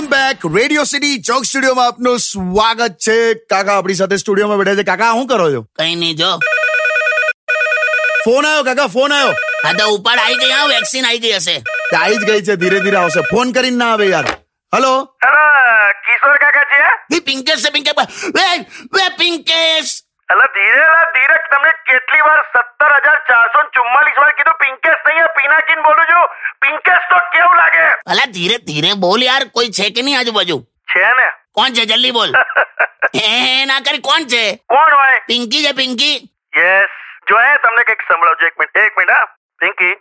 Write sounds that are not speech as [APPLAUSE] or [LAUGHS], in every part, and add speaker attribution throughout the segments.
Speaker 1: Radio city joke સ્ટુડિયોમાં આપનું સ્વાગત છે કાકા આપણી સાથે સ્ટુડિયોમાં બેઠા છે કાકા શું કરો છો
Speaker 2: કઈ નહીં જો
Speaker 1: ફોન આવ્યો કાકા ફોન આવ્યો
Speaker 2: હા તો ઉપાડ આવી ગઈ હા વેક્સિન આવી ગઈ હશે
Speaker 1: આવી જ ગઈ છે ધીરે ધીરે આવશે ફોન કરીને ના આવે યાર હલો
Speaker 3: અલા, કિશોર કાકા છે
Speaker 2: એ પિંકેશ છે પિંકે વે વે પિંકેશ
Speaker 3: અલા ધીરે લા ધીરજ તમને કેટલી વાર સત્તર હજાર ચારસો ચુમ્માલીસ વાર કીધું પિંકેશ નહીં આ પીનાકીન બોલું છું પિંકેશ તો કેવું લાગે
Speaker 2: અલા ધીરે ધીરે બોલ યાર કોઈ છે કે નહીં આજુબાજુ
Speaker 3: છે ને [LAUGHS]
Speaker 2: કોણ છે જલ્દી બોલ હે ના કરી કોણ છે
Speaker 3: કોણ હોય
Speaker 2: પિંકી છે પિંકી
Speaker 3: યસ જો હે તમને કંઈક સંભળાવજો એક મિનિટ એક મિનિટ હા પિંકી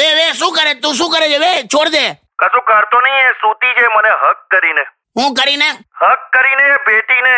Speaker 2: વે વે શું કરે તું શું કરે છે વે છોડ દે
Speaker 3: કશું કરતો નહીં એ સૂતી છે મને હક કરીને
Speaker 2: હું કરીને
Speaker 3: હક કરીને બેટીને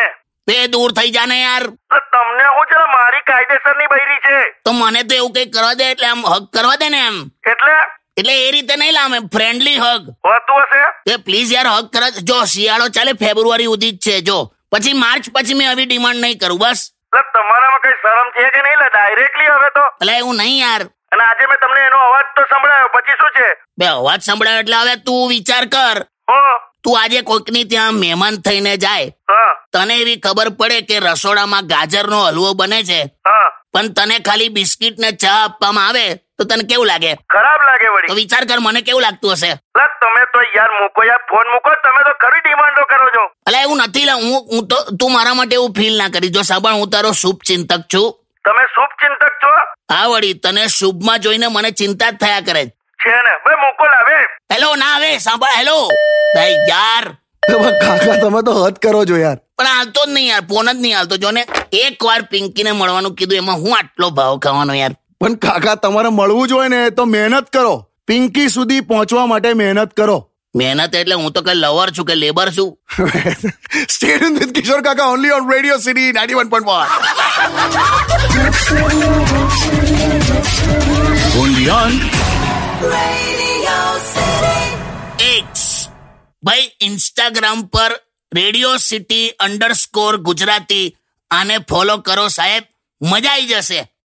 Speaker 2: વે દૂર થઈ જા ને યાર
Speaker 3: એટલે તમને હું છે ને મારી કાયદેસરની બૈરી છે
Speaker 2: તો મને તો એવું કઈ કરવા દે એટલે આમ હક કરવા દે ને એમ
Speaker 3: એટલે
Speaker 2: એટલે એ રીતે નહીં લામે ફ્રેન્ડલી હગ
Speaker 3: હોતું હશે
Speaker 2: એ પ્લીઝ યાર હક કર જ. જો શિયાળો ચાલે ફેબ્રુઆરી સુધી જ છે જો પછી માર્ચ પછી મેં આવી ડિમાન્ડ નહીં કરું બસ
Speaker 3: એટલે તમારામાં કઈ શરમ છે કે નહીં ડાયરેક્ટલી હવે તો
Speaker 2: એટલે એવું નહીં યાર
Speaker 3: અને આજે મેં તમને એનો અવાજ તો સંભળાયો પછી શું છે
Speaker 2: બે અવાજ સંભળાયો એટલે હવે તું વિચાર કર
Speaker 3: હો
Speaker 2: તું આજે કોઈકની ત્યાં મહેમાન થઈને જાય
Speaker 3: હા
Speaker 2: તને એવી ખબર પડે કે રસોડામાં ગાજરનો હલવો બને છે
Speaker 3: હા
Speaker 2: પણ તને ખાલી બિસ્કિટ ને ચા આપવામાં આવે તો તને કેવું લાગે
Speaker 3: ખરાબ લાગે
Speaker 2: તો
Speaker 3: વળી
Speaker 2: વિચાર કર મને કેવું લાગતું હશે
Speaker 3: લા તમે તો યાર મૂકો યાર ફોન મૂકો તમે તો ખરી ડિમાન્ડો કરો છો
Speaker 2: એટલે એવું નથી લા હું હું તો તું મારા માટે એવું ફીલ ના કરી જો સાંભળ હું તારો શુભ ચિંતક છું
Speaker 3: તમે શુભ ચિંતક છો
Speaker 2: આ વળી તને શુભમાં જોઈને મને ચિંતા જ થયા કરે છે
Speaker 3: છે ને બે મૂકો લાવે
Speaker 2: હેલો ના આવે સાંભળ હેલો ભાઈ યાર
Speaker 1: પણ કાકા તમે તો હદ કરો છો યાર
Speaker 2: પણ હાલતો જ નહીં યાર ફોન જ નહીં હાલતો જોને એક વાર પિંકીને મળવાનું કીધું એમાં હું આટલો ભાવ ખાવાનો યાર
Speaker 1: પણ કાકા તમારે મળવું જોઈએ ને તો મહેનત કરો પિંકી સુધી પહોંચવા માટે મહેનત કરો [LAUGHS]
Speaker 2: મહેનત એટલે હું તો કઈ લવર છું કે લેબર છું
Speaker 1: સ્ટેડિયમ વિથ કિશોર કાકા only on radio city ninety one point one
Speaker 2: એક્સ ભાઈ ઇન્સ્ટાગ્રામ પર રેડિયો સિટી અંડરસ્કોર ગુજરાતી આને ફોલો કરો સાહેબ મજા આવી જશે